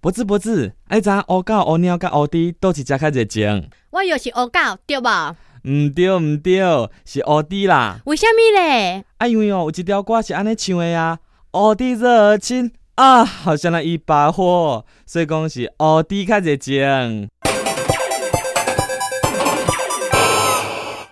不子不子，爱知乌狗、乌猫、甲乌猪倒一只较热情？我又是乌狗，对无？毋对毋对，是乌猪啦。为什么嘞？啊，因为哦，有一条歌是安尼唱的啊，乌猪热情啊，好像那一把火，所以讲是乌猪较热情。